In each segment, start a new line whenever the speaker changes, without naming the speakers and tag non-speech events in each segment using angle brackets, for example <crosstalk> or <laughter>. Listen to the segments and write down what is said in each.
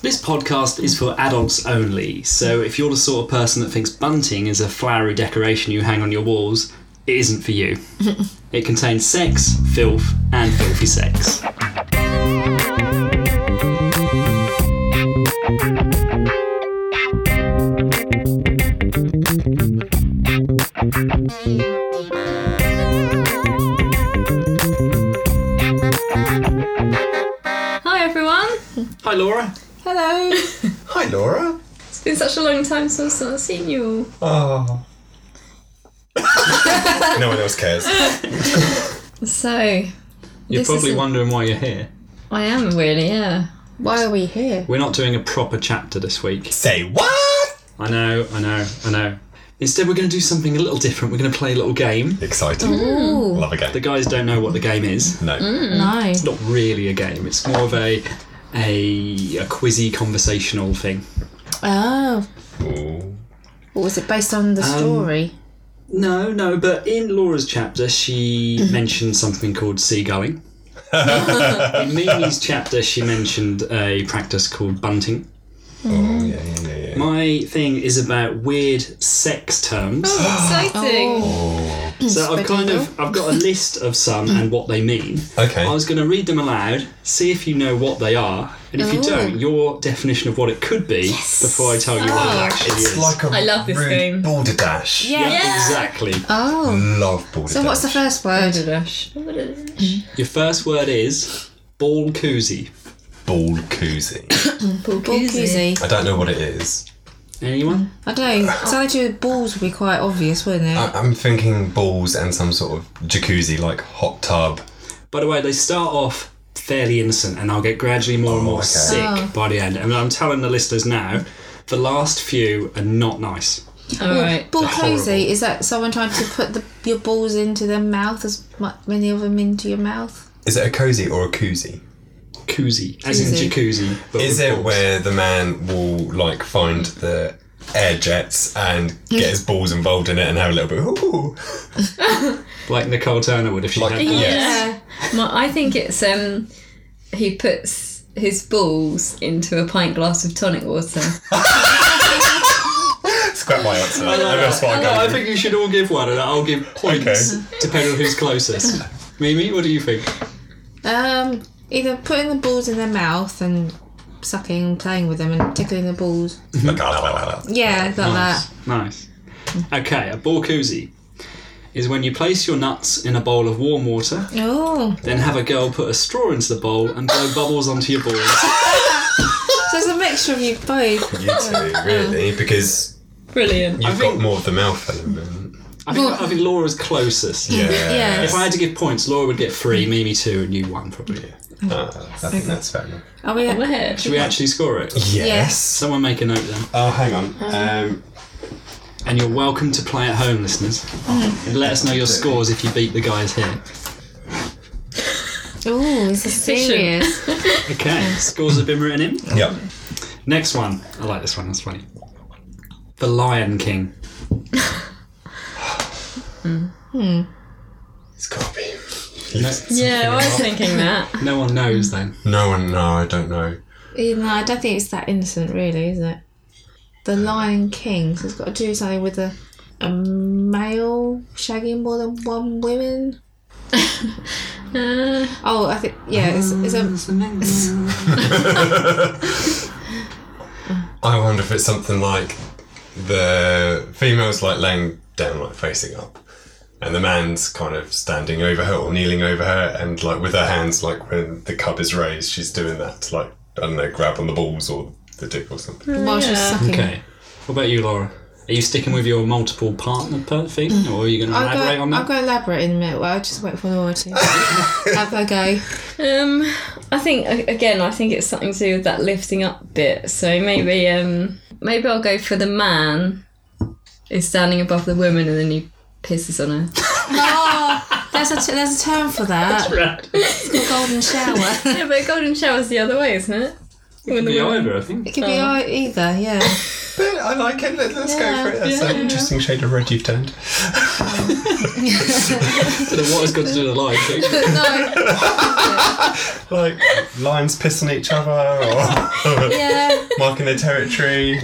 This podcast is for adults only, so if you're the sort of person that thinks bunting is a flowery decoration you hang on your walls, it isn't for
<laughs>
you. it contains sex, filth, and filthy sex.
Hi everyone!
Hi, Laura.
Hello!
Hi, Laura.
it's been such a long time since I've seen you. all.
Oh. <laughs> no one else cares.
So,
You're
This
probably
isn't-
wondering why you're here.
I am really, yeah.
Why are we here?
We're not doing a proper chapter this week.
Say what?
I know, I know, I know. Instead, we're going to do something a little different. We're going to play a little game.
Exciting.
Ooh, Mm.
Love a game.
The guys don't know what the game is.
No.
no.
It's not really a game. It's more of a a, a quizzy conversational thing.
Oh,
Ooh.
what was it based on
Um,
the story?
No, no, but in Laura's chapter, she
Mm-hmm.
mentioned something called
<laughs>
seagoing. in Mimi's chapter, she mentioned a practice called bunting.
Oh, yeah, yeah, yeah, yeah.
My thing is about weird sex terms.
<gasps> Exciting!
Oh,
So I've kind of I've got a list of some and what they mean.
Okay.
I was going to read them aloud, see if you know what they are, and if you
Oh.
don't, your definition of what it could be before I tell you what it actually
Oh. It's
is.
like a
I love this
rude
game.
Balderdash.
Yeah.
Exactly.
Oh.
Love balderdash.
So what's the first word?
Your first word is ball koozie.
ball koozie?
Ballsy.
I don't know what it is.
Anyone?
I
<coughs>
don't know. Tied to balls would be quite obvious, wouldn't it?
Uh,
I- I'm thinking balls and some sort of jacuzzi, like hot tub.
By the way, they start off fairly innocent, and I'll get gradually more and more
Oh, okay.
sick
Oh.
by the end. And I'm telling the listeners now, the last few are not nice.
Alright.
Ball
Horrible.
cozy is that someone trying to put the, your balls into their mouth as mu- many of them into your mouth?
Is it a cozy or a koozie?
Koozie, as in
Koozie.
jacuzzi. But
Is
with
it
balls.
where the man will like find the air jets and get his balls involved in it and have a little bit? Ooh.
like Nicole Turner would if she
Like-
had?
yeah.
that?
Yeah. My, I think it's um he puts his balls into a pint glass of tonic water.
Scrap my answer. That's what I
No,
got.
I think you should all give one, and I'll give
<laughs>
points
Okay.
depending on who's closest. Mimi, what do you think?
<coughs> Um, either putting the balls in their mouth and sucking and playing with them and tickling the balls. Yeah, like that.
Nice. Okay, a ball koozie is when you place your nuts in a bowl of warm water,
Oh,
then have a girl put a straw into the bowl and blow bubbles onto your balls.
so it's a mixture of you both.
You
Mm.
two, really, because
Brilliant.
you've
think-
got more of the mouth element.
I think, I think Laura's closest.
Yeah.
Yes.
If I had to give points, Laura would get three, Mimi two, and you one probably.
Uh, I think that's fair enough.
Are we?
Where?
Should we actually score it?
Yes. Uh-huh.
Someone make a note then.
Oh, hang on. Um,
And you're welcome to play at home, listeners. And let us know your scores if you beat the guys here.
Oh, this is
Efficient.
serious.
Okay, scores have been written in.
yep.
Next one. I like this one, that's funny. The Lion King.
It's got to be.
Yeah, I was thinking that.
No one knows then.
No one, no, I don't know.
Yeah, No, uh, I don't think it's that innocent, really, is it? The Lion King. So it's got to do something with a, a male shagging more than one woman. oh, I think yeah, it's, it's
Um,
a
I wonder if it's something like the female's like laying down, like facing up, and the man's kind of standing over her or kneeling over her, and like with her hands, like when the cub is raised, she's doing that to like, I don't know, grab on the balls or the dick or something.
while she's sucking.
Okay. What about you, Laura? Are you sticking with your multiple partner per thing, or are you going to
I'll
elaborate
go,
on
I'll
that?
go elaborate in a minute. Well, I'll just wait for Laura
<laughs>
to have her go.
<laughs> Um, I think a- again, I think it's something to do with that lifting up bit. So maybe, um, maybe I'll go for the man is standing above the woman and then he pisses on her.
Oh, there's a, t- there's a term for that. It's called golden shower.
<laughs>
yeah, but golden shower's the other way, isn't it? When the
Be
woman-
over, I think.
It could be ei- either,
<laughs>
yeah.
But I like it. Let, us
Yeah,
go for it. That's an interesting shade of red you've turned.
But what has got to do with the Lion King?
no, <laughs>
Like lions pissing each other, or
yeah.
marking their territory.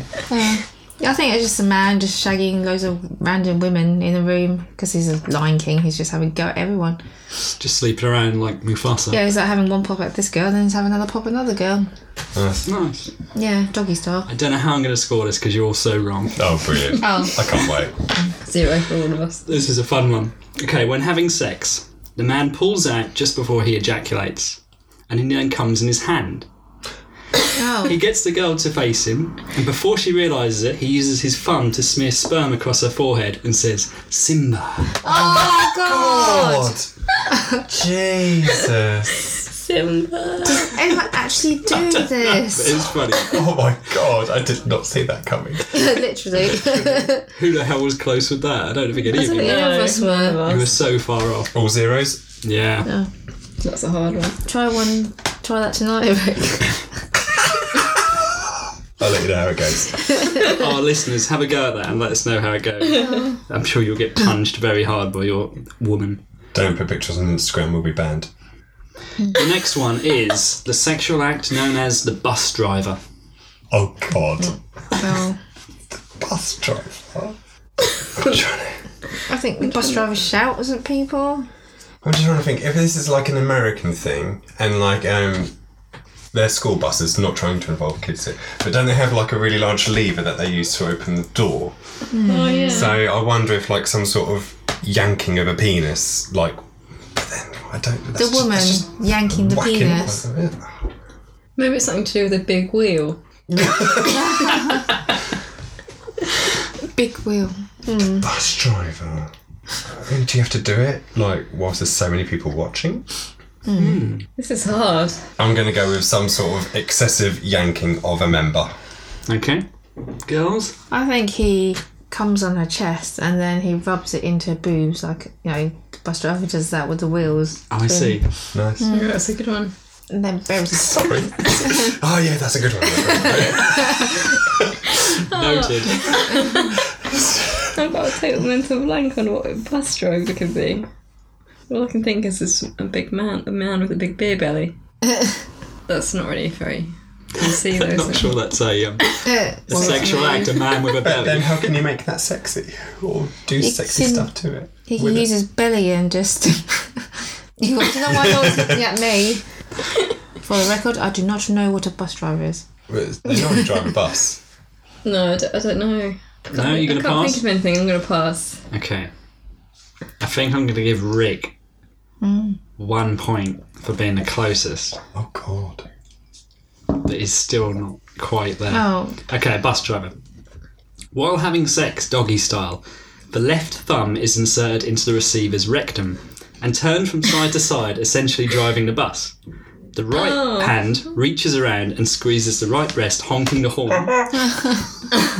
Yeah, I think it's just a man just shagging loads of random women in a room because he's a Lion King. He's just having a go at everyone.
Just sleeping around like Mufasa.
Yeah, he's like having one pop at this girl, then he's having another pop at another girl.
Nice.
Nice.
Yeah, doggy style.
I don't know how I'm going to score this because you're all so wrong.
Oh, brilliant.
Oh,
I can't wait.
Zero for all of us.
This is a fun one. Okay, when having sex, the man pulls out just before he ejaculates, and it then comes in his hand. He
<laughs>
oh,
gets the girl to face him, and before she realises it, he uses his thumb to smear sperm across her forehead and says, Simba.
oh god!
God.
<laughs>
Jesus.
Simba.
Anyone actually do this?
It's funny.
Oh my god, I did not see that coming.
<laughs> Literally.
<laughs>
<laughs>
Who the hell was close with that? I don't think any of
think
you were.
None of us were.
none
You
of
were
us.
so far off.
All zeros?
Yeah.
That's a hard one.
try one. Try that tonight, Rick.
I'll let you know how it goes.
Our listeners, have a go at that and let us know how it goes. I'm sure you'll get punched very hard by your woman.
Don't put pictures on Instagram, we'll be banned.
The next one is the sexual act known as the bus driver.
Oh god.
Oh,
Bus driver. I'm trying to-
I think the bus drivers shout, wasn't people?
I'm just trying to think if this is like an American thing and like um their school buses not trying to involve kids here, but don't they have like a really large lever that they use to open the door?
Hmm.
Oh yeah.
So I wonder if like some sort of yanking of a penis, like but then I don't that's
The
just-
woman
that's just
yanking the
whacking-
penis.
Maybe it's something to do with a big wheel.
Big wheel.
Bus driver. I mean, do you have to do it? Like whilst there's so many people watching?
This is hard.
I'm gonna go with some sort of excessive yanking of a member.
Okay. Girls?
I think he comes on her chest and then he rubs it into her boobs, like you know, the bus driver does that with the wheels,
Oh, I
<laughs>
see.
Nice.
Hmm.
Yeah, that's a good one.
and then buries it.
Sorry. oh yeah, that's a good
<laughs>
one.
<laughs>
Noted.
I've got a total mental blank on what a bus driver could be. All I can think is this a big man, a man with a big beer <laughs> belly. That's not really very. You see <laughs> those.
Not sure that's a, um,
Uh,
a sexual act, a man
<laughs>
with a
then
belly.
how can you make that sexy or do sexy
can-
stuff to it?
He
with
can
it?
use his belly and just. <laughs> you do you know why you're always looking at me? For the record, I do not know what a bus driver is.
But You know how to drive a
<laughs>
bus.
No, I don't, I don't know. I can't-
No, you're
I
gonna
can't
pass?
think of anything. I'm gonna pass.
Okay. I think I'm going to give Rick
Mm.
one point for being the closest,
Oh god.
but he's still not quite there.
Oh,
Okay, bus driver. While having sex, doggy style, the left thumb is inserted into the receiver's rectum and turned from side to side, essentially driving the bus. The right
Oh.
hand reaches around and squeezes the right breast, honking the horn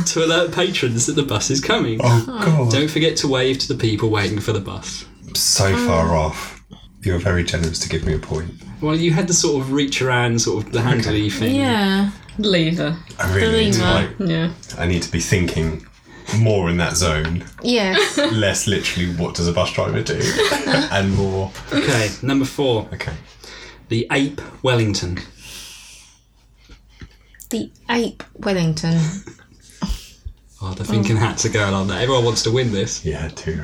to alert patrons that the bus is coming.
Oh god.
Don't Mm. forget to wave to the people waiting for the bus.
so far off. You were very generous to give me a point.
Well, you had the sort of reach around, sort of the handly thing.
yeah.
Lever.
I really need to, like,
Believer.
Yeah.
I need to be thinking more in that zone,
Yes.
less literally what does a bus driver
<laughs>
do, and more.
Okay, number four,
Okay.
the ape Wellington.
the ape Wellington.
Oh, the thinking hats are going on there. Everyone wants to win this.
Yeah, two.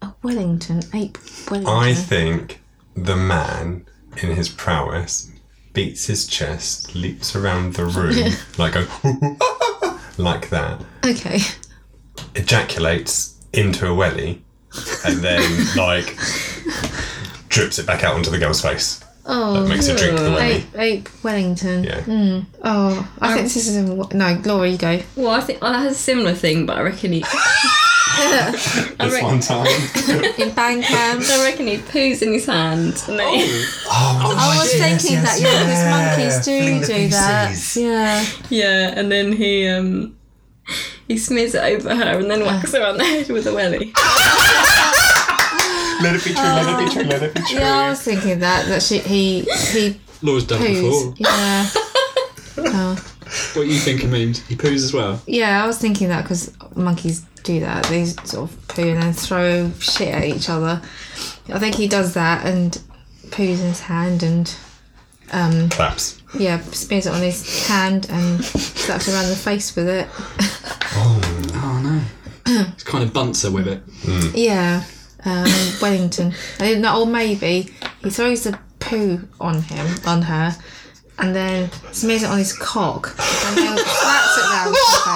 A Wellington. Ape Wellington.
I think the man in his prowess beats his chest, leaps around the room <laughs> like a like that,
okay.
ejaculates into a welly, and
<laughs>
then like drips it back out onto the girl's face.
Oh.
Makes her drink the welly.
Ape, ape Wellington.
Yeah.
Oh, I think this is a. No, Laura, you go.
Well, I think I had a similar thing, but I reckon he. I,
This
reckon,
one time. <laughs>
In band camp.
I reckon he poos in his hand. And then he-
Oh,
I was thinking that, yeah, because
Fling
monkeys
the
do do that.
feces.
Yeah.
yeah, and then he um. He smears it over her and then whacks her on the head with a welly.
Let it be true, let it be true, let it be true.
Yeah, I was thinking that, that she, he, he
Laura's done it before.
poos. Yeah.
What you think it means? He poos as well.
Yeah, I was thinking that because monkeys do that. They sort of poo and then throw shit at each other. I think he does that and poos in his hand and um,
Claps.
yeah, spins it on his hand and slaps him around the face with it. <laughs>
Oh no. It's kind of bunts her with it.
Yeah, um, Wellington. And in that old oh, maybe, he throws the poo on him, on her, and then smears it on his cock, and then <laughs> slaps it round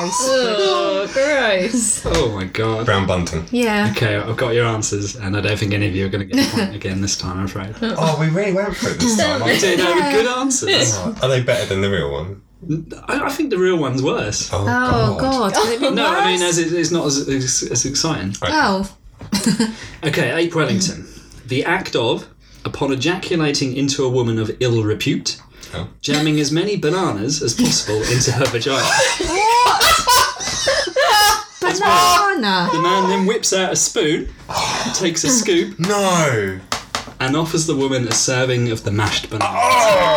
his face.
<laughs>
Oh, gross.
Oh my god.
Brown bunting.
Yeah,
Okay, I've got your answers, and I don't think any of you are going to get a point again this time, I'm afraid. Dude,
<laughs> Oh, we really went for it this time.
<laughs>
aren't we?
they were good answers.
Are they better than the real one?
I, I think the real one's worse.
Oh,
Oh god, has it
<laughs>
been
No, I mean,
worse?
as it, it's not as, as, as exciting.
oh,
Okay, Ape Wellington. The act of, upon ejaculating into a woman of ill repute,
Oh.
jamming as many bananas as possible into her vagina.
banana.
The man then whips out a spoon, takes a scoop,
No.
and offers the woman a serving of the mashed banana.
Oh,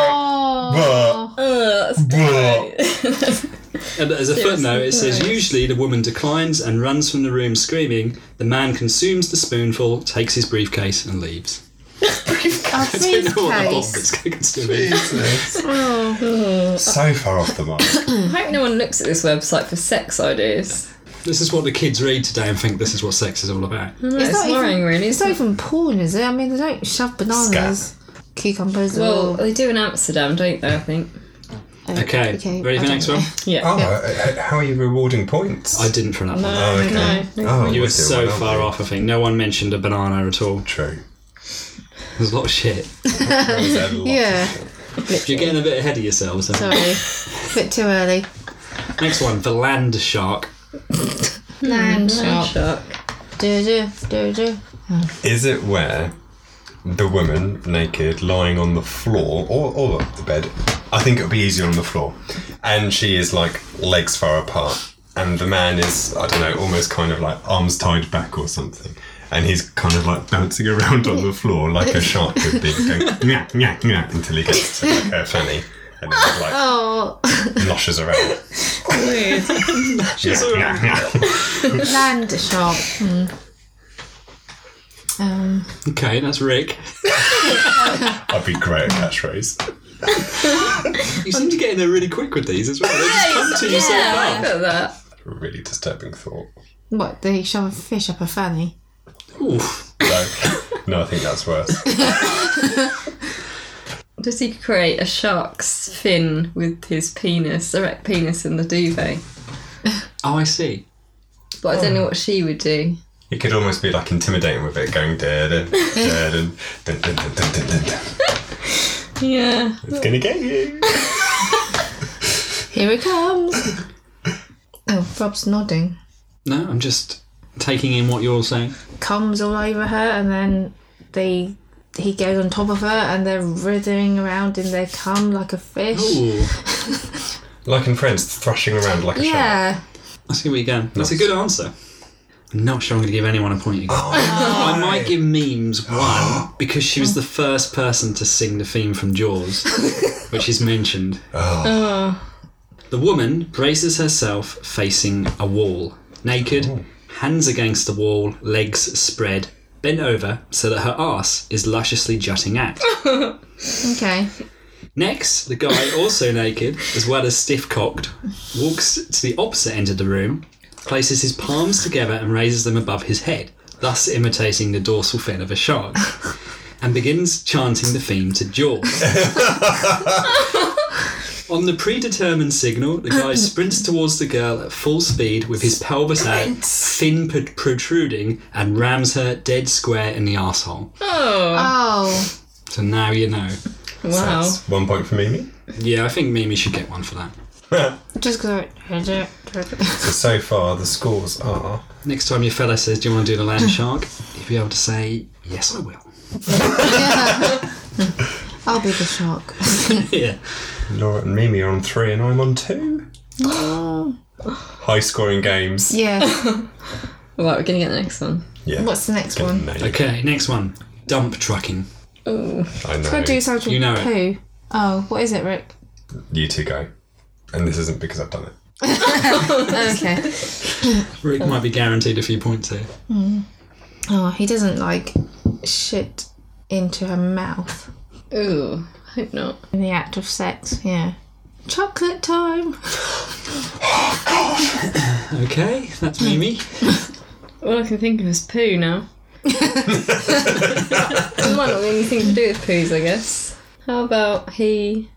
But,
Ugh, that's
but.
And as a footnote, it says usually the woman declines and runs from the room screaming. The man consumes the spoonful, takes his briefcase, and leaves.
A
<laughs> I don't know what the
briefcase.
bonkers could still be.
so far off the mark.
I hope no one looks at this website for sex ideas.
This is what the kids read today and think this is what sex is all about.
No, it's,
not even-
worrying, really.
It's not even porn, is it? I mean, they don't shove bananas, cucumbers,
well,
or.
they do in Amsterdam, don't they? I think.
Okay, ready for
I
the next
don't
one?
know.
Yeah.
Oh, uh, uh, how are you rewarding points?
I didn't for that one.
No,
okay.
no.
Oh,
You
we're
were
doing
so
well, aren't
far
we?
off, I think. No one mentioned a banana at all.
True.
There's a lot of shit.
That was a lot.
Yeah.
You're getting a bit ahead of yourselves. I think. <laughs>
Sorry. a bit too early.
Next one, the land shark. Hmm.
Land shark.
Shark.
Do, do, do, do.
Is it where the woman naked lying on the floor or, or the bed? I think it would be easier on the floor. And she is like legs far apart. And the man is, I don't know, almost kind of like arms tied back or something. And he's kind of like bouncing around on the floor like a shark would be, going nyah, nyah, nyah, until he gets to like, her fanny. And then it, like
Oh,
noshes around. <laughs>
Weird.
Nyah, nyah, nyah.
land shark. Hmm. Um,
Okay, that's Rick.
I'd be great at catchphrase.
You seem to get in there really quick with these as well. They just come to you so
yeah,
fast.
look at that.
Really disturbing thought.
what? They shove a fish up a fanny.
Oof.
No, no I think that's worse.
Does he create a shark's fin with his penis, erect penis, in the duvet?
Oh, I see.
But I don't know what she would do.
It could almost be like intimidating with it going dead and dead and dun, dun, dun, dun, dun, dun, dun.
Yeah.
it's gonna get you.
Here it comes. <coughs> oh, Rob's nodding.
No, I'm just taking in what you're all saying.
Comes all over her, and then they. He goes on top of her, and they're writhing around in their cum like a fish.
Ooh,
Like in Friends, thrashing around like a shark.
Yeah.
I see what you can. That's a good answer. I'm not sure I'm going to give anyone a point again. I might give memes one because she was the first person to sing the theme from Jaws, which is mentioned. The woman braces herself facing a wall, naked, hands against the wall, legs spread, bent over so that her arse is lusciously jutting out.
Okay.
Next, the guy, also naked, as well as stiff cocked, walks to the opposite end of the room, places his palms together and raises them above his head, thus imitating the dorsal fin of a shark, and begins chanting the theme to Jaws. On the predetermined signal, the guy sprints towards the girl at full speed with his pelvis out, fin prot- protruding, and rams her dead square in the asshole.
Oh,
Oh.
So now you know.
wow.
That's one point for Mimi.
Yeah, I think Mimi should get one for that.
Just because I.
So so far the scores are
Next time your fella says, Do you want to do the land shark? You'll be able to say, Yes, I will.
<laughs> I'll be the shark.
<laughs> yeah.
Laura and Mimi are on three and I'm on two. High scoring games.
yeah.
All right, we're gonna get the next one.
Yeah.
What's the next
Gonna
one?
nail it.
Okay, next one. Dump trucking.
I
Gotta do
know.
something
You
with
know it.
poo. Oh, what is it, Rick?
You two go. And this isn't because I've done it.
Okay.
Rick might be guaranteed a few points here.
oh, he doesn't like shit into her mouth.
Ooh, Hope not.
in the act of sex. Yeah. Chocolate time.
Okay, that's Mimi.
All I can think of is poo now. <laughs> it might not be anything to do with poos, I guess. How about he?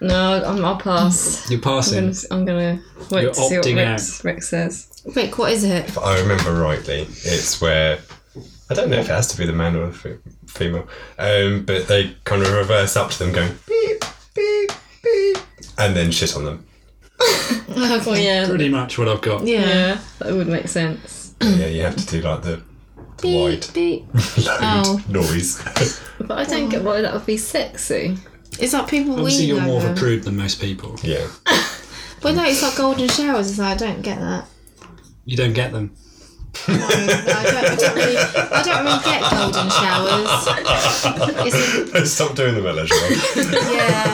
No, I'm, I'll pass.
You're
I'm
passing.
gonna, I'm gonna wait
You're
to see what
opting
Rex, Rex says.
Rick, what is it? <laughs>
If I remember rightly, it's where I don't know if it has to be the man or the fe- female, um, but they kind of reverse up to them, going beep beep beep, and then shit on them.
Oh,
Well, yeah,
Pretty much what I've got.
Yeah.
yeah, that would make sense.
yeah, you have to do like the, the wide
Mm. Beep,
<laughs>
beep.
load
Oh.
noise. <laughs>
But I don't get why that would be sexy.
It's like people
Obviously,
weeing
you're more of
over.
a prude than most people.
<laughs>
yeah,
Well, no, it's like golden showers. It's like I don't get that.
You don't get them.
I don't, I don't really, I don't really get golden showers. It's,
stop doing them at
<laughs>
leisure. Rob.
yeah.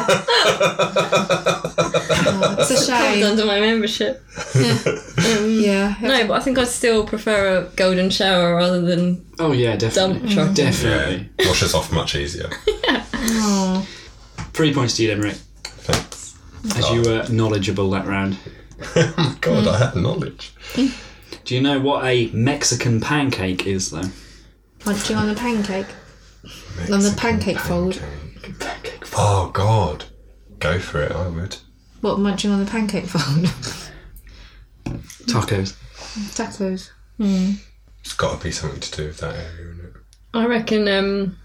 <laughs>
Oh, it's a
Covered
shame.
under my membership.
Yeah.
No, but I think I'd still prefer a golden shower rather than
Oh yeah,
dump
definitely.
truck.
Definitely.
yeah, washes off much easier.
Oh.
Three points to you, then, Rick,
Thanks.
as you were knowledgeable that round.
oh my god,
Mm.
I had knowledge.
Do you know what a Mexican pancake is, though?
Munching on a pancake. On the
Mexican
pancake fold.
Pancake.
Oh god, go for it. I would.
What, munching on the pancake fold? <laughs>
Tacos.
Tacos.
It's got to be something to do with that area, isn't it?
I reckon um,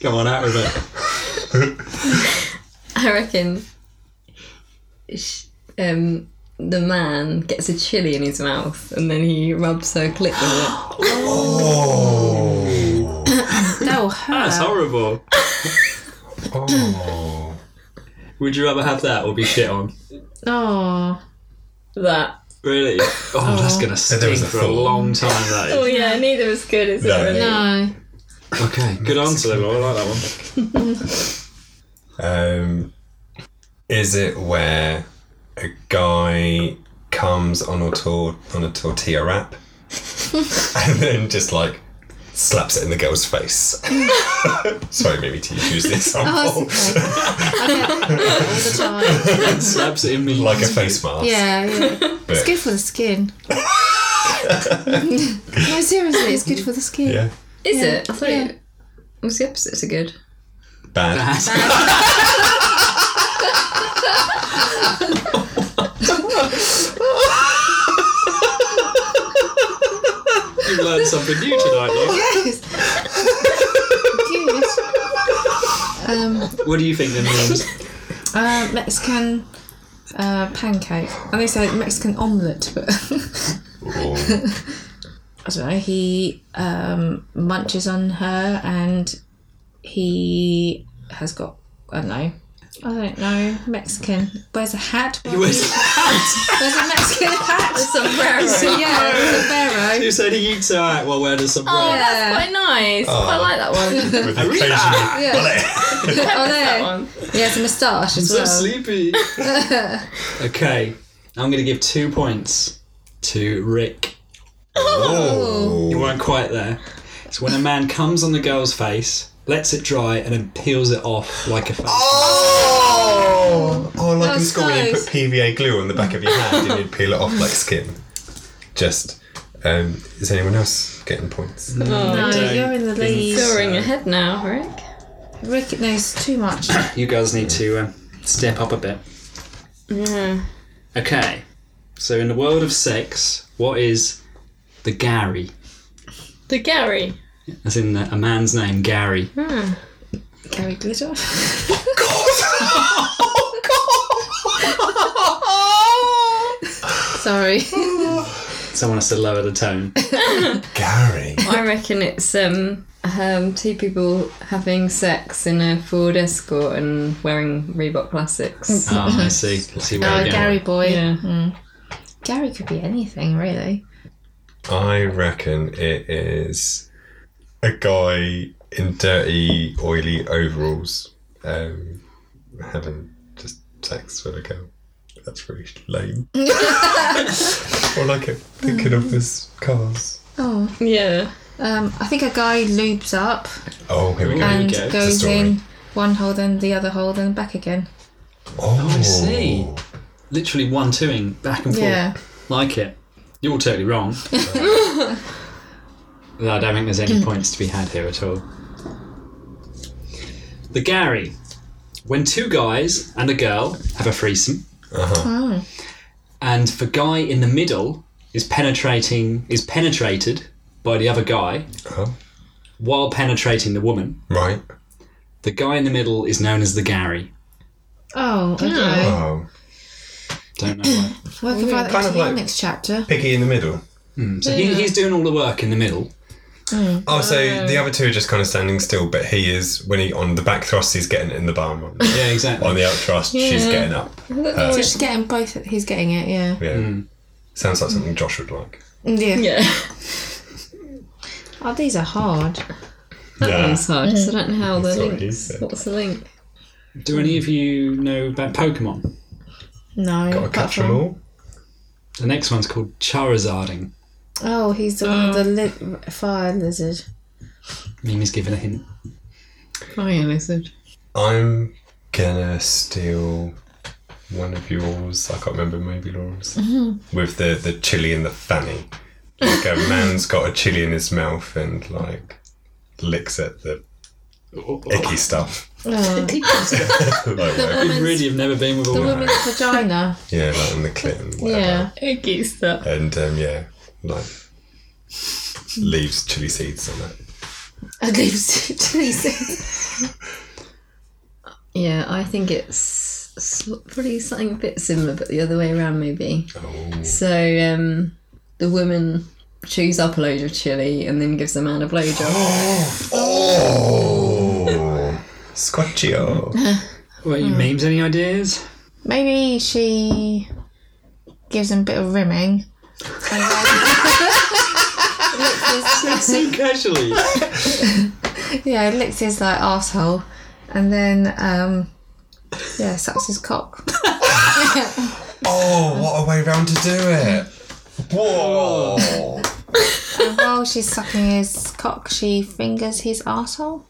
Come on, out with it.
I reckon sh- um, the man gets a chili in his mouth and then he rubs her clit with it.
That'll hurt.
That's horrible.
<laughs>
Oh.
Would you rather have that or be shit on?
Oh.
<gasps> That.
Really? <laughs> Oh, that's gonna
there
stink
was a
for a
thought.
long time. That
Oh
is.
yeah, neither is good, is
No.
it? Really?
No.
<laughs> Okay, good answer. Then. Well, I like that one.
Um, is it where a guy comes on a tor- on a tortilla wrap and then just like slaps it in the girl's face? <laughs> Sorry, maybe to use the
Oh,
example.
All the time.
Slaps it in me <laughs>
like a face mask.
Yeah, yeah. It's
But,
good for the skin. no, seriously, it's good for the skin.
yeah.
Is it? I thought it was the opposite to good.
Bad.
You've learned something new tonight.
Yes. Good. Um,
Though. What do you think then? <laughs> James?
uh, Mexican uh, pancake. And they say Mexican omelette, but <laughs>
Or
I don't know. He um, munches on her and he has got, I don't know. I don't know. Mexican. Wears a hat.
wears a
Wears a Mexican hat.
Sombrero.
Yeah, sombrero.
You said he eats her out while wearing a sombrero.
Oh,
Yeah.
that's quite nice. I like that one.
with the occasional bullet.
Oh,
that
there.
one.
He has a moustache as
so
well. <laughs>
sleepy. okay, I'm gonna give two points to Rick. You
Oh.
weren't quite there. It's when a man comes on the girl's face, lets it dry, and then peels it off like a face.
Oh, oh like in
That's
school when you
nice.
put PVA glue on the back of your hand and you'd peel it off like skin. Just, um, is anyone else getting points?
No,
Don't
you're in the lead.
Soaring ahead now, Rick.
Rick knows too much.
You guys need to uh, step up a bit.
Yeah.
Okay, so in the world of sex, what is the Gary?
The Gary.
As in the, a man's name,
<laughs>
Gary.
Gary Glitter. <laughs> Sorry.
Someone has to lower the tone.
Gary.
I reckon it's um, um two people having sex in a Ford Escort and wearing Reebok classics.
Ah, I see. I see where
Oh,
you're going.
Gary boy. Hmm.
Yeah.
Gary could be anything, really.
I reckon it is a guy in dirty, oily overalls um, having just sex with a girl. That's really
<laughs>
lame. All I kept thinking of was cars.
Oh.
<laughs> Yeah.
Um, I think a guy lubes up.
Oh, here we go.
There you
and
go. It's a
goes
story.
in one hole, then the other hole, then back again.
Oh, I see. Literally one twoing back and forth.
Yeah.
Like it. You're totally wrong. No, I don't think there's any points to be had here at all. The Gary. When two guys and a girl have a threesome, Uh-huh. and the guy in the middle is penetrating is penetrated by the other guy
Oh,
while penetrating the woman,
right.
the guy in the middle is known as the Gary.
Oh, okay.
Oh,
Don't know why.
Well, I can find that
Kind
into
of
the
like-
next chapter.
piggy in the middle.
So he, he's doing all the work in the middle.
Oh, so the other two are just kind of standing still, but he is when he on the back thrust, he's getting it in
<laughs>
the bum. On the,
Yeah, exactly.
on the out thrust, she's getting up.
So she's getting both. He's getting it. Yeah.
Yeah, sounds like something Josh would like.
Yeah.
Yeah,
Oh, these are hard.
that
Yeah.
one's hard. 'cause I don't know how the
That's what
link.
he said.
What's the link?
Do any of you know about Pokemon?
No.
Gotta
apart
catch 'em
from-
all.
The next one's called Charizarding.
Oh, he's the one with
Um.
the li- fire
<laughs>
lizard.
Mimi's given a hint.
Fire <laughs> lizard.
I'm gonna steal one of yours. I can't remember, maybe Laura's. With the the chili in the fanny, like a man's got a chili in his mouth and like licks at the icky stuff. <laughs>
Oh.
like, whatever.
You really have never been with a
The
woman.
woman's vagina.
yeah, like on the clit and whatever.
Yeah.
Icky stuff.
and um, yeah, like leaves chili seeds on it.
At least Jesus.
Yeah, I think it's sl- probably something a bit similar, but the other way around maybe.
Oh,
So um, the woman chews up a load of chili and then gives the man
<gasps>
a blowjob.
oh. squatchio.
What,
Hmm.
you memes, any ideas?
Maybe she gives him a bit of rimming. And then licks
So
<laughs>
casually.
his, yeah, licks his like asshole, and then um, yeah, sucks his cock.
Oh, what a way round to do it. Whoa.
And while Oh, she's sucking his cock, she fingers his asshole.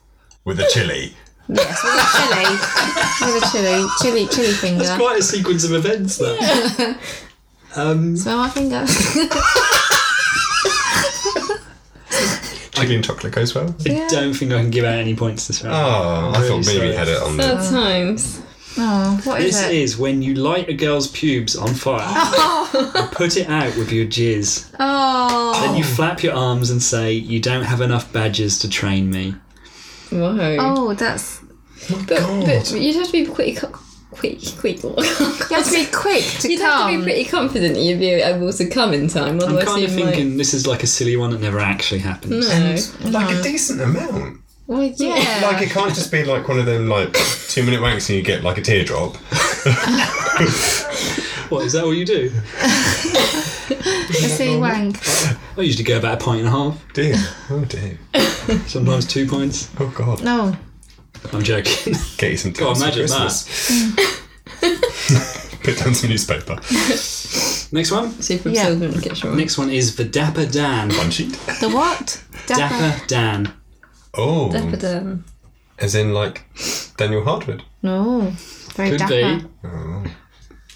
With a chili.
Yes, with a chili, with a chili, chili, chili finger.
Quite a sequence of events, though. <laughs> Um,
Smell my finger. <laughs>
Chili and chocolate goes well.
Yeah.
I don't think I can give out any points this round.
Oh, I
Really
thought maybe
sorry.
had it on the.
At times.
oh, what is
This
it?
is when you light a girl's pubes on
<laughs>
fire and put it out with your jizz.
Oh,
Then you flap your arms and say, You don't have enough badges to train me.
Whoa.
oh, that's
but, but you'd have to be pretty co- quick, quick. <laughs>
you have to be quick to
You'd have
come.
to be pretty confident that you'd be able to come in
I'm
time. Otherwise,
kind
you
of
might.
thinking this is like a silly one that never actually happens.
no.
Like a decent amount.
Well, yeah.
Like it can't just be like one of them like two minute wanks and you get like a teardrop.
What, is that all you do?
a sea wank.
I usually go about a pint and a half,
Dear. Oh dear.
sometimes two pints.
Oh god.
No.
I'm
<laughs>
joking.
Get you some
God,
towels for
imagine that.
Christmas. <laughs> Put down some newspaper.
Next one.
Super
Yeah.
absorbent in the kitchen.
Next one is the Dapper Dan.
One sheet.
Oh. The what? Dapper.
Dapper Dan.
Oh.
Mm.
But, um,
As in like Daniel Hardwood.
No. Very
Could
dapper.
be. Oh.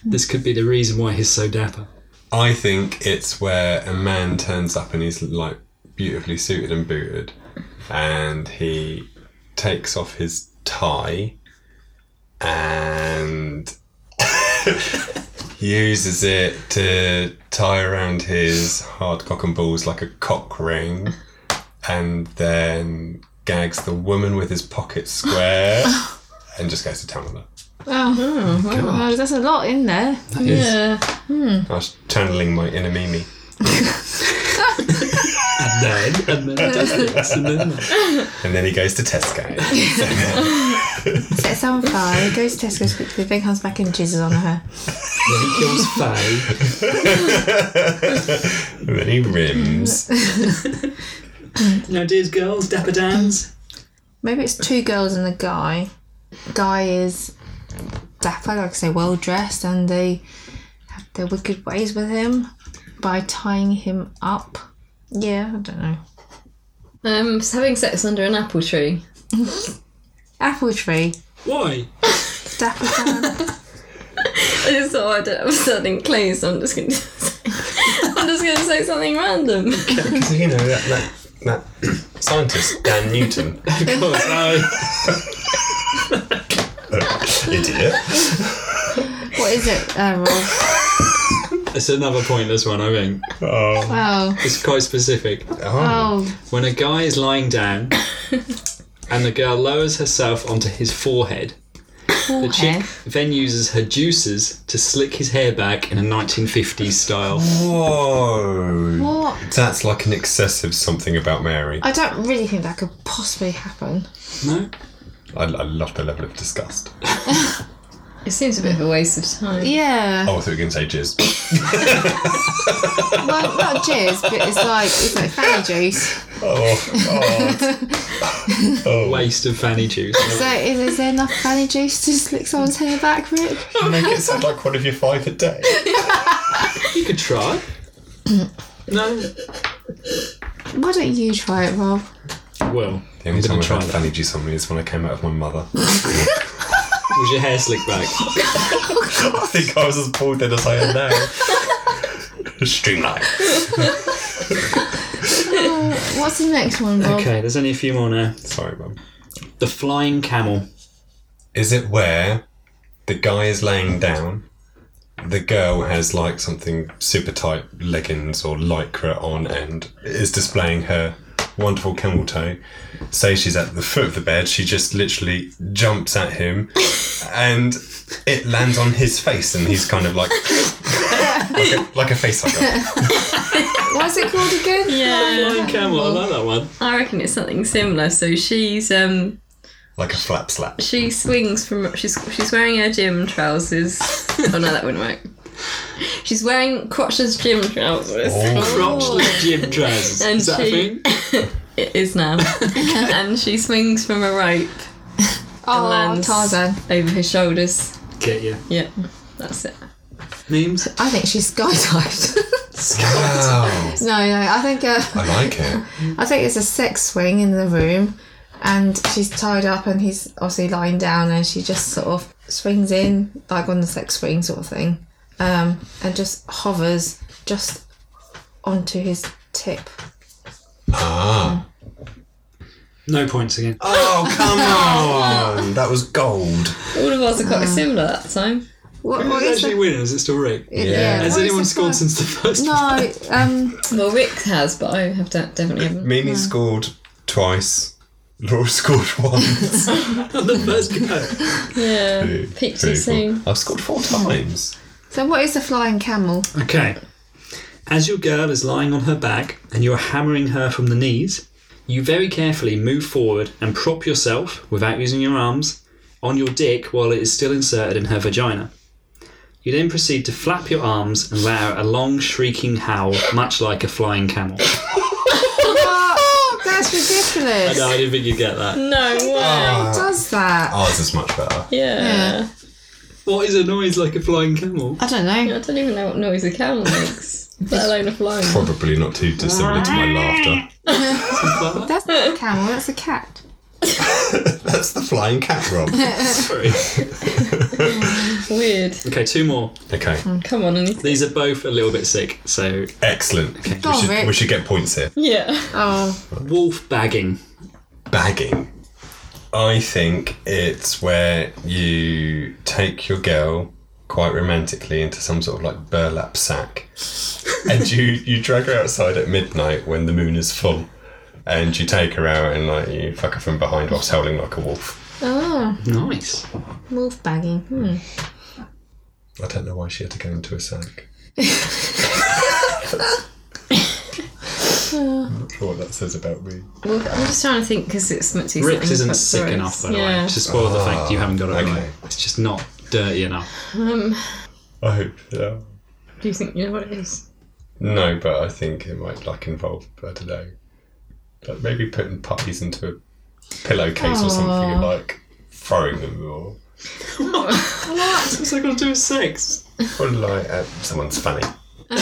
This could be the reason why he's so dapper.
I think it's where a man turns up and he's like beautifully suited and booted, and he takes off his tie and <laughs> uses it to tie around his hard cock and balls like a cock ring, and then gags the woman with his pocket square and just goes to town on her.
Oh, well, that's a lot in there.
yeah.
I was channeling my inner Mimi.
And then, and then, this, and then
<laughs>
that.
And then he goes to Tesco.
Sets on fire, goes to Tesco's quickly, then comes back and jizzes on her.
Then he kills Faye.
and then he <laughs> rims.
No ideas, girls. Dapper Dan's.
Maybe it's two girls and a guy. Guy is dapper, like I say, well dressed, and they have their wicked ways with him by tying him up. Yeah, I don't know.
Um, just having sex under an apple tree.
Apple tree.
Why?
Dapper Dan.
I just thought I don't have certain clues, so I'm just gonna. <laughs> I'm just gonna say something random.
Because you know that, that, that scientist Dan Newton,
Of
<laughs>
course, I.
<laughs> idiot.
what is it, uh, Rob?
It's another pointless one, I think.
Oh,
Oh.
It's quite specific.
Oh.
When a guy is lying
<coughs>
down and the girl lowers herself onto his forehead, the chick
Forehead.
then uses her juices to slick his hair back in a 1950s style.
whoa!
What?
That's like an excessive something about Mary.
I don't really think that could possibly happen.
No?
I, I love the level of disgust.
It seems a bit of a waste of time.
Yeah.
Oh, I thought you were going to say jizz.
Well, not jizz, but it's like it's like fanny juice.
<laughs> Oh, God.
Waste of fanny juice. <laughs>
So is, is there enough fanny juice to slick someone's hair back, Rick?
You make it sound like one of your five a day.
you could <clears throat> try. No?
Why don't you try it, Rob?
Well,
The only time I've
try
had
that.
fanny juice on me is when I came out of my mother.
Was your hair slicked back?
I think I was as bald then as I am now. <laughs> Streamline.
What's the next one, Rob?
Okay, there's only a few more now.
Sorry, mum.
The flying camel.
Is it where the guy is laying down, the girl has like something super tight leggings or lycra on and is displaying her wonderful camel toe? Say she's at the foot of the bed, she just literally jumps at him and it lands on his face and he's kind of like like, a, like a face hugger.
What's it called again?
Yeah.
Flying camel, I like that one.
I reckon it's something similar. So she's um
Like a flap slap.
She swings from she's she's wearing her gym trousers. oh no, that wouldn't work. She's wearing crotchless gym trousers.
Oh.
Crotchless gym <laughs> trousers.
And
Is that
she-
a thing?
<laughs> It is now, and she swings from a rope
Oh,
lands.
Tarzan.
over his shoulders.
Get you.
Yeah, that's it.
Memes?
I think she skydived. <laughs>
Wow.
no, no. I think uh,
I like it.
I think it's a sex swing in the room, and she's tied up, and he's obviously lying down, and she just sort of swings in, like on the sex swing sort of thing, um, and just hovers just onto his tip.
Ah.
No points again.
Oh, come on. That was gold.
All of ours are quite similar that time.
What, what
Who's
is
actually
the,
winning? Is it still Rick?
yeah.
Has
what is
anyone
the
scored
first-
since the first one?
No. Um.
Well, Rick has, but I have de- definitely haven't.
Mimi scored twice. Laura <laughs> scored
<laughs>
<laughs>
once.
the first go?
<laughs> Yeah, peaked too soon.
I've scored four times.
So what is the flying camel?
Okay. As your girl is lying on her back and you're hammering her from the knees, you very carefully move forward and prop yourself, without using your arms, on your dick while it is still inserted in her vagina. You then proceed to flap your arms and let out a long shrieking howl, much like a flying camel.
Oh, that's ridiculous.
<laughs> No, I didn't think you'd get that.
No
Ah.
way.
Who does that?
Ours is much better.
Yeah.
What is a noise like a flying camel?
I don't know.
I don't even know what noise a camel makes, let alone a flying. one.
Probably not too dissimilar to my laughter.
That's not a camel. That's a cat.
That's the flying cat,
<laughs>
Rob.
Sorry.
Weird.
okay, two more.
okay,
Hmm.
Come on, anything.
These are both a little bit sick, so
excellent.
Go
We,
on,
should,
Rick.
we should get points here.
Yeah.
Oh,
wolf bagging.
Bagging. I think it's where you take your girl quite romantically into some sort of like burlap sack and you, you drag her outside at midnight when the moon is full and you take her out and like you fuck her from behind whilst howling like a wolf.
oh,
Nice.
wolf bagging. Hmm.
I don't know why she had to go into a sack. <laughs> I'm not sure what that says about me.
Well, I'm just trying to think because it's meant to be
Rick's
something
isn't
quite
sick
gross.
enough, by the
yeah.
way, to spoil the fact you haven't got it
okay.
right. It's just not dirty enough.
I hope so.
Um, Do you think you know what it is?
No, but I think it might like involve I don't know, like maybe putting puppies into a pillowcase or something and like throwing them or
What's that got to do with sex?
or like at someone's fanny.
Okay,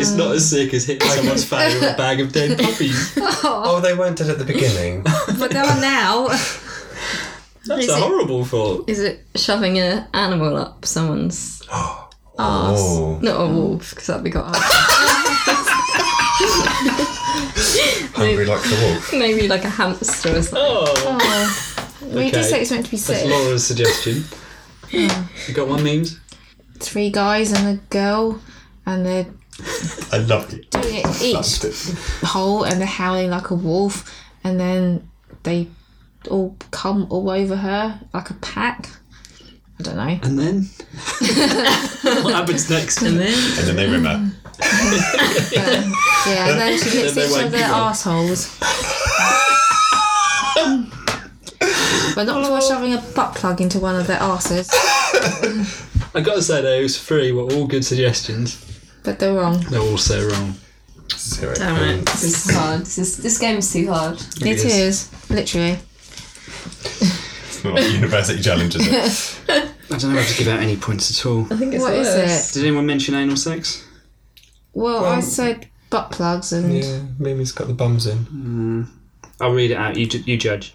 it's not as sick as hitting someone's face with
<laughs>
a bag of dead puppies.
Oh, they weren't dead at
<laughs>
the beginning.
But they are now. <laughs>
That's
Is
a
it-
horrible thought.
Is it shoving an animal up someone's
oh,
not a wolf because that'd be quite hard. <laughs>
hungry like the wolf.
Maybe like a hamster or something.
Oh,
We
Okay.
did say it's meant to be
that's
six.
Laura's suggestion.
<laughs> Oh.
You got one memes?
Three guys and a girl, and they're
I love you.
doing it each hole, and they're howling like a wolf, and then they all come all over her like a pack. I don't know.
And then
<laughs>
what happens next?
And then
And then they remember.
Yeah, and then she licks
Then they
each
won't
of their
give up.
assholes. but not before shoving a butt plug into one of their asses.
I gotta say those three were all good suggestions.
But they're wrong.
They're all so wrong.
Zero
damn it,
points.
this is hard. This is, this game is too hard.
It is. Literally.
It's not like university challenges. it?
<laughs>
I don't know if to give out any points at all.
I think it's
What is
worse.
it?
Did anyone mention anal sex?
Well, I
Well-
said butt plugs and
Yeah, Mimi's got the bums in.
I'll read it out. You, ju- you judge.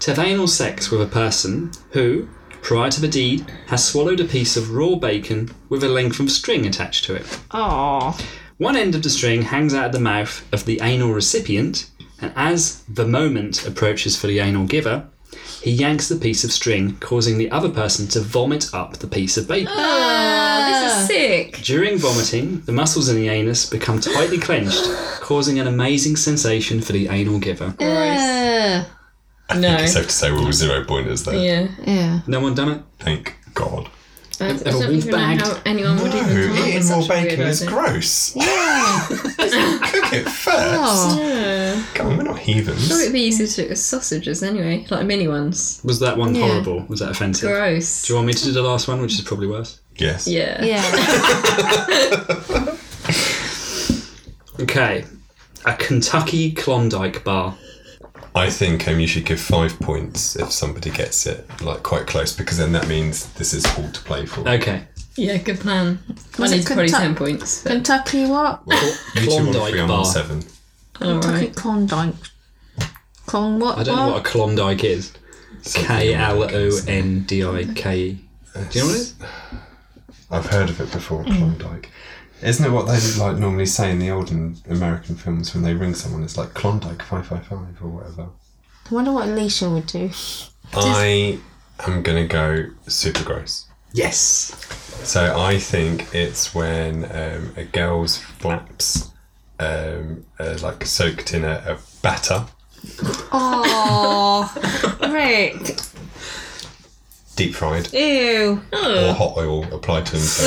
To have anal sex with a person who, prior to the deed, has swallowed a piece of raw bacon with a length of string attached to it.
oh,
One end of the string hangs out of the mouth of the anal recipient, and as the moment approaches for the anal giver, he yanks the piece of string, causing the other person to vomit up the piece of bacon.
Ah,
This is sick.
During vomiting, the muscles in the anus become tightly clenched, causing an amazing sensation for the anal giver.
yeah.
No.
It's safe to say we're all zero pointers there.
Yeah.
yeah.
No one done it?
Thank God.
I, I
a
don't
wolf
even know
bagged.
how anyone would even come up with
eating more
such a
bacon
weird
is
idea.
gross.
Yeah.
<laughs> Cook it first.
Oh.
Yeah.
Come on, we're not heathens.
Sure, it'd be easier to do it with sausages anyway, like mini ones.
Was that one
Yeah.
horrible? Was that offensive?
Gross.
Do you want me to do the last one, which is probably worse?
Yes.
Yeah.
Yeah.
Okay. A Kentucky Klondike bar.
I think um, you should give five points if somebody gets it like quite close because then that means this is all to play for.
Okay.
Yeah, good plan. I
Was
need
it
probably
Kentuck-
10 points. but-
Kentucky what?
you two on
Klondike
three, I'm on
bar.
seven.
Kentucky
Alright.
Klondike. Klon what?
I don't know what a Klondike is. K L O N D I K E. Do you know what it is? Mm.
I've heard of it before, Klondike. Isn't it what they like normally say in the olden American films when they ring someone? It's like Klondike five five five or whatever.
I wonder what Alicia would do.
I am gonna go super gross.
Yes.
So I think it's when um, a girl's flaps um, are like soaked in a, a batter,
Oh, Rick.
deep fried,
Ew.
or hot oil applied to them so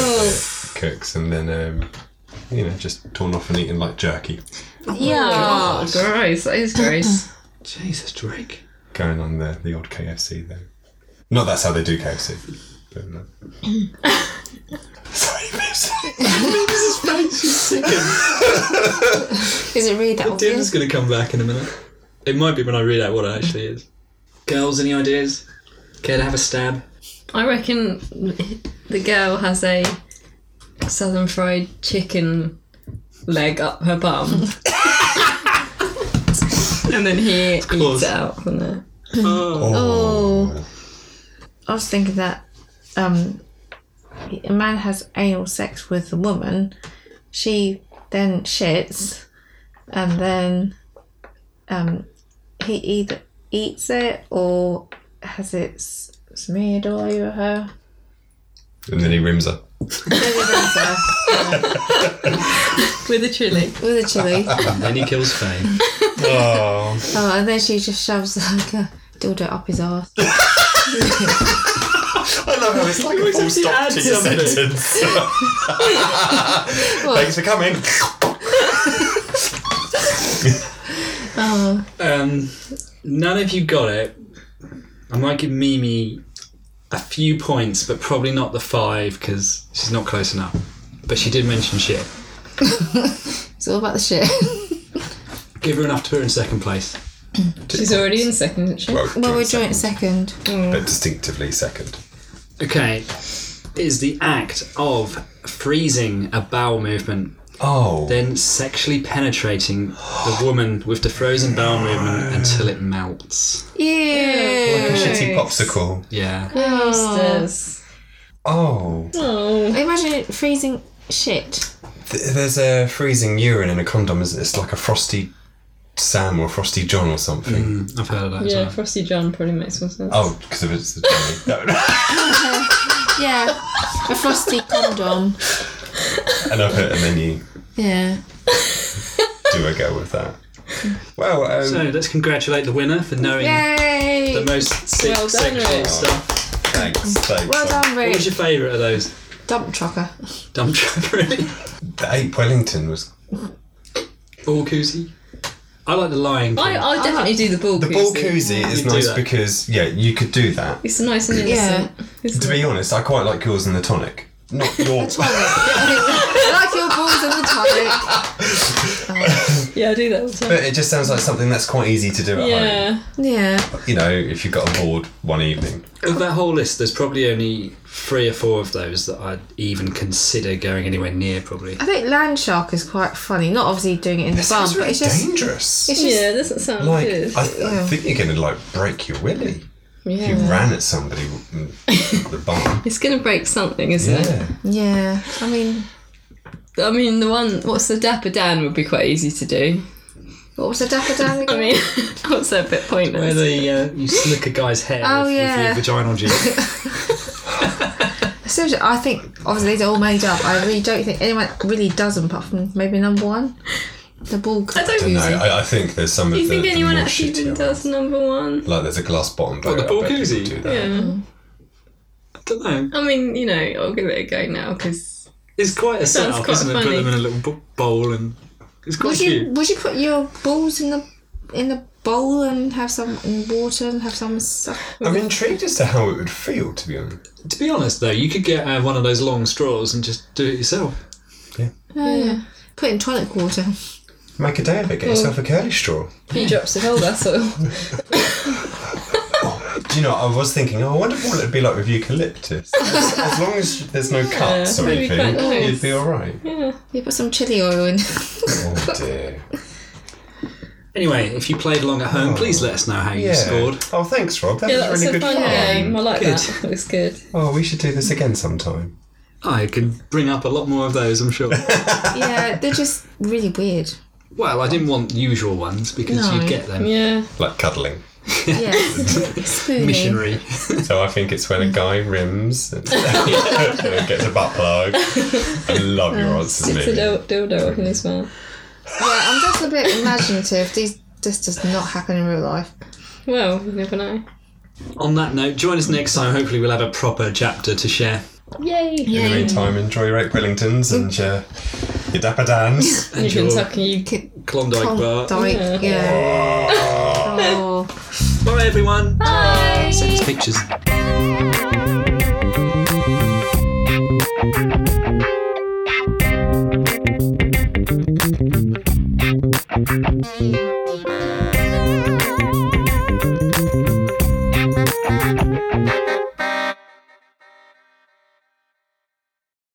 it cooks, and then um, you know just torn off and eaten like jerky,
Yeah.
Oh, gross. That is <clears throat> gross.
Jesus, Drake.
going on the the odd KFC though. Not that's how they do KFC. But, no. Sorry, Miss.
Is it really that
Dinner's
obvious?
going to come back in a minute. It might be when I read out what it actually is. Girls, any ideas? Care to have a stab?
I reckon the girl has a southern fried chicken leg up her bum. <laughs> and then he eats
course.
it out from there.
Oh. I was thinking that um, a man has anal sex with a woman, she then shits, and then um, he either eats it or has it s- smeared all over her.
And then he rims her.
With a
With a chili.
razor, with a
<laughs>
chili.
And then he kills Faye.
Oh,
Oh, and then she just shoves like a dildo up his ass.
<laughs> I love how it's like a
have
full
to
stop
add
to your
something.
sentence. <laughs> Thanks for coming.
Um, none of you got it. I might give Mimi a few points, but probably not the five because she's not close enough. But she did mention shit.
It's all about the shit. <laughs>
Give her enough to put her in second place.
She's already in second, isn't she?
Well,
well, we're
joint
joint second.
but distinctively second.
Okay. is the act of freezing a bowel movement,
Oh.
then sexually penetrating the woman with the frozen bowel movement until it melts.
Yeah.
like a shitty
Gross.
popsicle.
Yeah.
Monsters.
Oh.
Oh.
Imagine it freezing shit.
Th- there's a freezing urine in a condom. Is It's like a frosty Sam or frosty John or something.
Mm, I've heard of that as
Yeah,
well.
Frosty John probably makes more sense.
Oh, because if it's the Johnny. No, no.
Yeah. A frosty condom.
and I've heard, and then you
Yeah.
do a go with that. Well, um,
So let's congratulate the winner for knowing the
Yay.
most sick
Well done,
sexual
Rick.
stuff.
thanks, thanks.
Well done,
What was
Ruth.
your favourite of those?
Dump trucker.
Dumb truck, <laughs> really?
The ape Wellington was
Ball koozie? I like the lying.
I,
king.
I'll definitely do the ball
the
koozie.
ball koozie is
You do
nice
that.
because yeah, you could do that.
It's nice and innocent.
To be honest, I quite like yours in the tonic. Not your.
<laughs> I like your balls in the tonic.
Yeah, I do that all the time.
but it just sounds like something that's quite easy to do at
yeah.
Yeah.
home. You know, if you got a board one evening.
Of that whole list, there's probably only three or four of those that I'd even consider going anywhere near, probably.
I think land shark is quite funny. Not obviously doing it in the
This
bum,
is
but
really
it's just
dangerous.
it's just
yeah, it doesn't sound
Like, I,
good.
I think you're gonna like break your willy. If you
yeah.
ran at somebody in the
<laughs>
bar.
It's going to break something, isn't
Yeah.
yeah. I mean,
it? I mean, the one, what's the Dapper Dan would be quite easy to do.
what was the dapper dan again?
I mean, <laughs> that's a bit
Where
pointless.
the, uh, you slick a guy's hair
Oh,
with,
yeah.
with your vaginal
<laughs>
juice.
Seriously, I think obviously these are all made up. I really don't think anyone really does them apart from maybe number one, the ball.
I don't
No, I, I think there's some
Do
of
you
the,
think
the
anyone
more
actually
shittier
even does
ones.
number one?
Like there's a glass bottom boat.
the
I
ball
bet people
koozie?
do that.
Yeah.
I don't know.
I mean, you know, I'll give it a go now because
It's quite a setup,
quite
isn't it? Put
funny.
them in a little bo- bowl and it's quite
Would
cute.
you would you put your balls in the in the bowl and have some in water and have some suck?
I'm intrigued as to how it would feel, to be honest.
To be honest, though, you could get uh, one of those long straws and just do it yourself.
Put in tonic water.
Make a day of
Mm.
it. Get yourself a curly straw.
few drops of oil, that's all.
Do you know? I was thinking. Oh, I wonder what it'd be like
<laughs>
with eucalyptus. as, as long as there's no cuts or
that'd be
anything,
quite nice.
you'd be all right.
<laughs> You put some chili oil in.
<laughs>
Oh dear.
Anyway, if you played along at home, please let us know how you
Yeah.
scored.
Oh, thanks, Rob. That
Yeah, that
was
was
really
a
good
fun
fun.
game. I like
Good.
that. That was good.
Oh, we should do this again sometime.
I can bring up a lot more of those, I'm sure.
yeah, they're just really weird.
well, I didn't want usual ones because
No.
you'd get them.
Yeah.
Like cuddling.
<laughs> Yeah, spooning.
Missionary.
So I think it's when a guy rims and <laughs> and gets a butt plug. I love your answers,
It's a
Mimi.
dil- dildo up in his mouth.
Yeah, I'm just a bit imaginative. These this does not happen in real life.
Well, you never know.
On that note, join us next time. Hopefully, we'll have a proper chapter to share.
Yay!
In the meantime, enjoy your Oak Wellingtons and your, your
<laughs>
Dapper Dans.
You
Enjoy.
can tuck you.
Klondike Bar.
Dyke, yeah. Oh.
Bye, everyone. Bye. Send us pictures.
Bye.